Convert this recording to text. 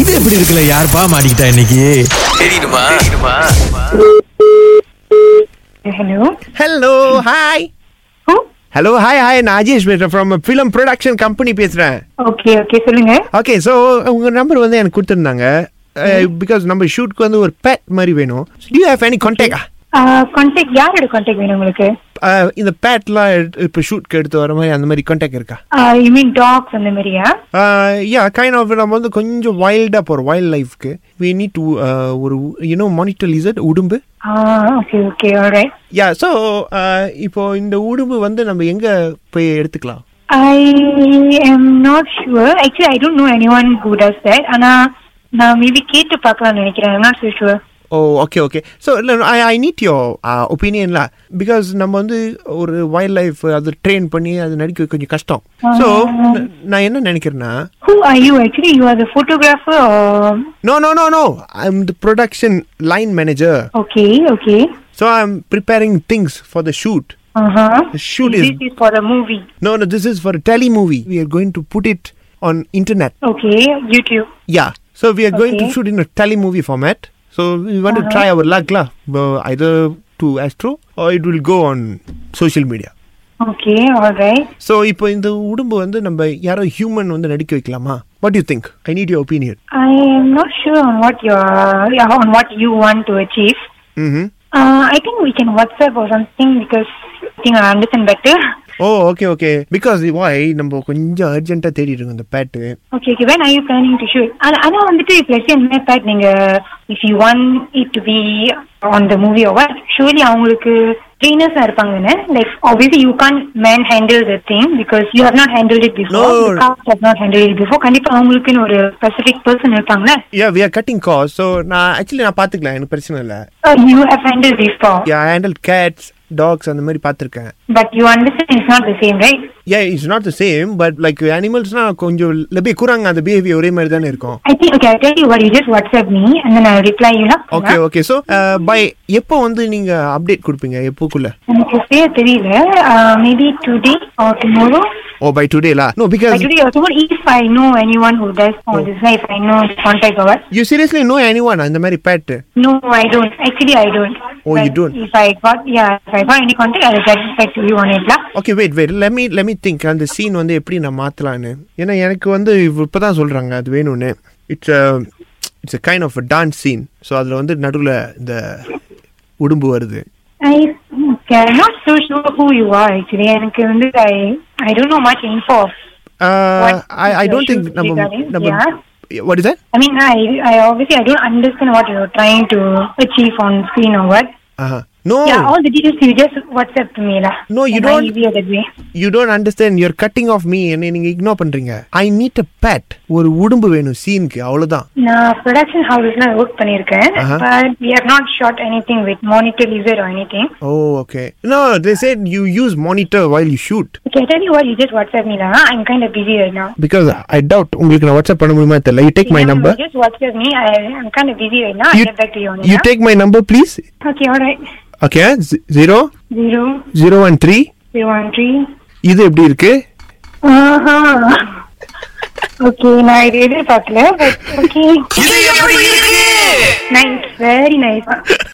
இது எப்படி இருக்குல்ல யாருப்பா மாட்டிக்கிட்டா இன்னைக்கு Hello. Hello hi Who? Hello hi hi நான் அஜீஷ் பேசுறேன் ஃப்ரம் ஃபிலிம் ப்ரொடக்ஷன் கம்பெனி பேசுறேன் ஓகே ஓகே சொல்லுங்க ஓகே ஸோ உங்க நம்பர் வந்து எனக்கு கொடுத்துருந்தாங்க பிகாஸ் நம்ம ஷூட்க்கு வந்து ஒரு பேட் மாதிரி வேணும் do you have any contact contact Uh, யாரோட கான்டாக்ட் வேணும் உங்களுக்கு Uh, இந்த பேட்லாம் இப்போ ஷூட்க்கு எடுத்து வர மாதிரி அந்த மாதிரி கான்டாக்ட் இருக்கா Uh, யூ மீன் டாக்ஸ் அந்த மாதிரியா யா கைண்ட் ஆஃப் நம்ம வந்து கொஞ்சம் வைல்டாக போகிறோம் வைல்ட் லைஃப்க்கு வி நீட் டு uh, ஒரு யூனோ மானிட்டர் லிசர்ட் உடும்பு okay okay alright yeah so uh, இப்போ இந்த உடும்பு வந்து நம்ம எங்கே போய் எடுத்துக்கலாம் I am not sure actually I don't know any one who does that ஆனா நான் மேபி கேட்டு பார்க்கலாம்னு நினைக்கிறேன் not so sure oh okay okay so இல்லை ஐ ஐ நீட் யோ ஒப்பீனியன்ல பிகாஸ் நம்ம வந்து ஒரு வைல்ட் லைஃப் அது ட்ரெயின் பண்ணி அது நடிக்க கொஞ்சம் கஷ்டம் ஸோ நான் என்ன நினைக்கிறேன்னா who are you actually you are the photographer no no no no I am the production line manager okay okay so I am preparing things for the shoot Shoot Uh-huh. is- This is for the movie. No no this is for tele movie we are going to put it on internet Okay, YouTube. Yeah so we are going to Okay. Shoot in a tele movie format so we want to try our லாக்லா either to Astro or it will go on social media Okay, all right. ஸோ இப்போ இந்த உடம்பு வந்து நம்ம யாரோ human வந்து நடிக்க வைக்கலாமா what you think I need you opinion I am not sure on what you are, yeah, on what you want to achieve. ம் Uh, I think we can WhatsApp or something because I think I understand better. Oh okay okay because why நம்ம கொஞ்சம் அர்ஜென்ட்டாக தேடிட்டு இருக்கோம் இந்த bat Okay, okay. When are you planning to shoot? And I know வந்துட்டு இப்போ let's say அந்த மாதிரி part நீங்க if you want it to be on the movie or what, surely அவங்களுக்கு trainers ஆ இருப்பாங்க தானே? Like obviously you can't man handle the thing because you have not handled it before. No. The cast have not handled it before. கண்டிப்பா அவங்களுக்குன்னு ஒரு specific person இருப்பாங்களே. Yeah we are cutting cause so நான் actually நான் பார்த்துக்கலாம் எனக்கு பிரச்சனை இல்லை Uh, you have handled before. Yeah handle cats dogs அந்த மாதிரி பார்த்துருக்கேன் But you understand it's not the same, right? Yeah it's not the same but like அனிமல்ஸ்னால் கொஞ்சம் லபே கூறாங்க அந்த பிஹேவியர் ஒரே மாதிரி தானே இருக்கும் I think okay, I'll tell you what, you just WhatsApp me and then I'll reply you now. Okay okay so by uh, எப்போ வந்து நீங்கள் அப்டேட் கொடுப்பீங்க எப்போக்குள்ள எனக்கு சரியா தெரியல maybe today or tomorrow oh by டுடேலா no because today or tomorrow if I know any one who does Oh. All this if I know contact our you seriously no any one அந்த மாதிரி bat no I don't actually I don't Oh, you don't. If I got yeah if I got any contact I get back to you on இட்லா okay wait wait let me let me think அந்த scene வந்து எப்படி நான் மாற்றலான்னு ஏன்னா எனக்கு வந்து இப்போ தான் சொல்கிறாங்க அது வேணும்னு it's it's a kind of a dance scene so அதில் வந்து நடுவில் இந்த உடும்பு வருது I not so sure who you are actually எனக்கு வந்து I I don't know much info Uh, What I I is don't your think shoes நம்ம regarding? நம்ம Yeah. What is I mean, I, I obviously I don't understand what you're trying to achieve on screen or what. ஆஹா no Yeah, all the details you just WhatsApp to me lah. Oh. No, you Am don't- I easier that way. You don't understand your cutting off me என்னை நீங்கள் ignore பண்ணுறீங்க I need a pet ஒரு உடும்பு வேணும் சீனுக்கு அவ்வளோதான் நான் production ஹவுஸ்ல ஒர்க் பண்ணிருக்கேன் Uh-huh. But we have not shot any thing with monitor lizard or any thing oh okay no they said you use monitor while you shoot okay tell you what you just WhatsApp me நான் I'm kind of busy right நான் because I doubt உங்களுக்கு நான் WhatsApp பண்ண முடியுமா தெரியல you take my number Just WhatsApp me. I, I'm kind of busy right now. I'll you, get back to Ah, you on you it. take my number please huh? Okay, all right. okay z- zero Zero, zero one three zero one three. இது எப்படி இருக்கு ஆஹா. Okay, நான் இது எதிர்பார்க்கல but okay இது எப்படி இருக்கு nice very nice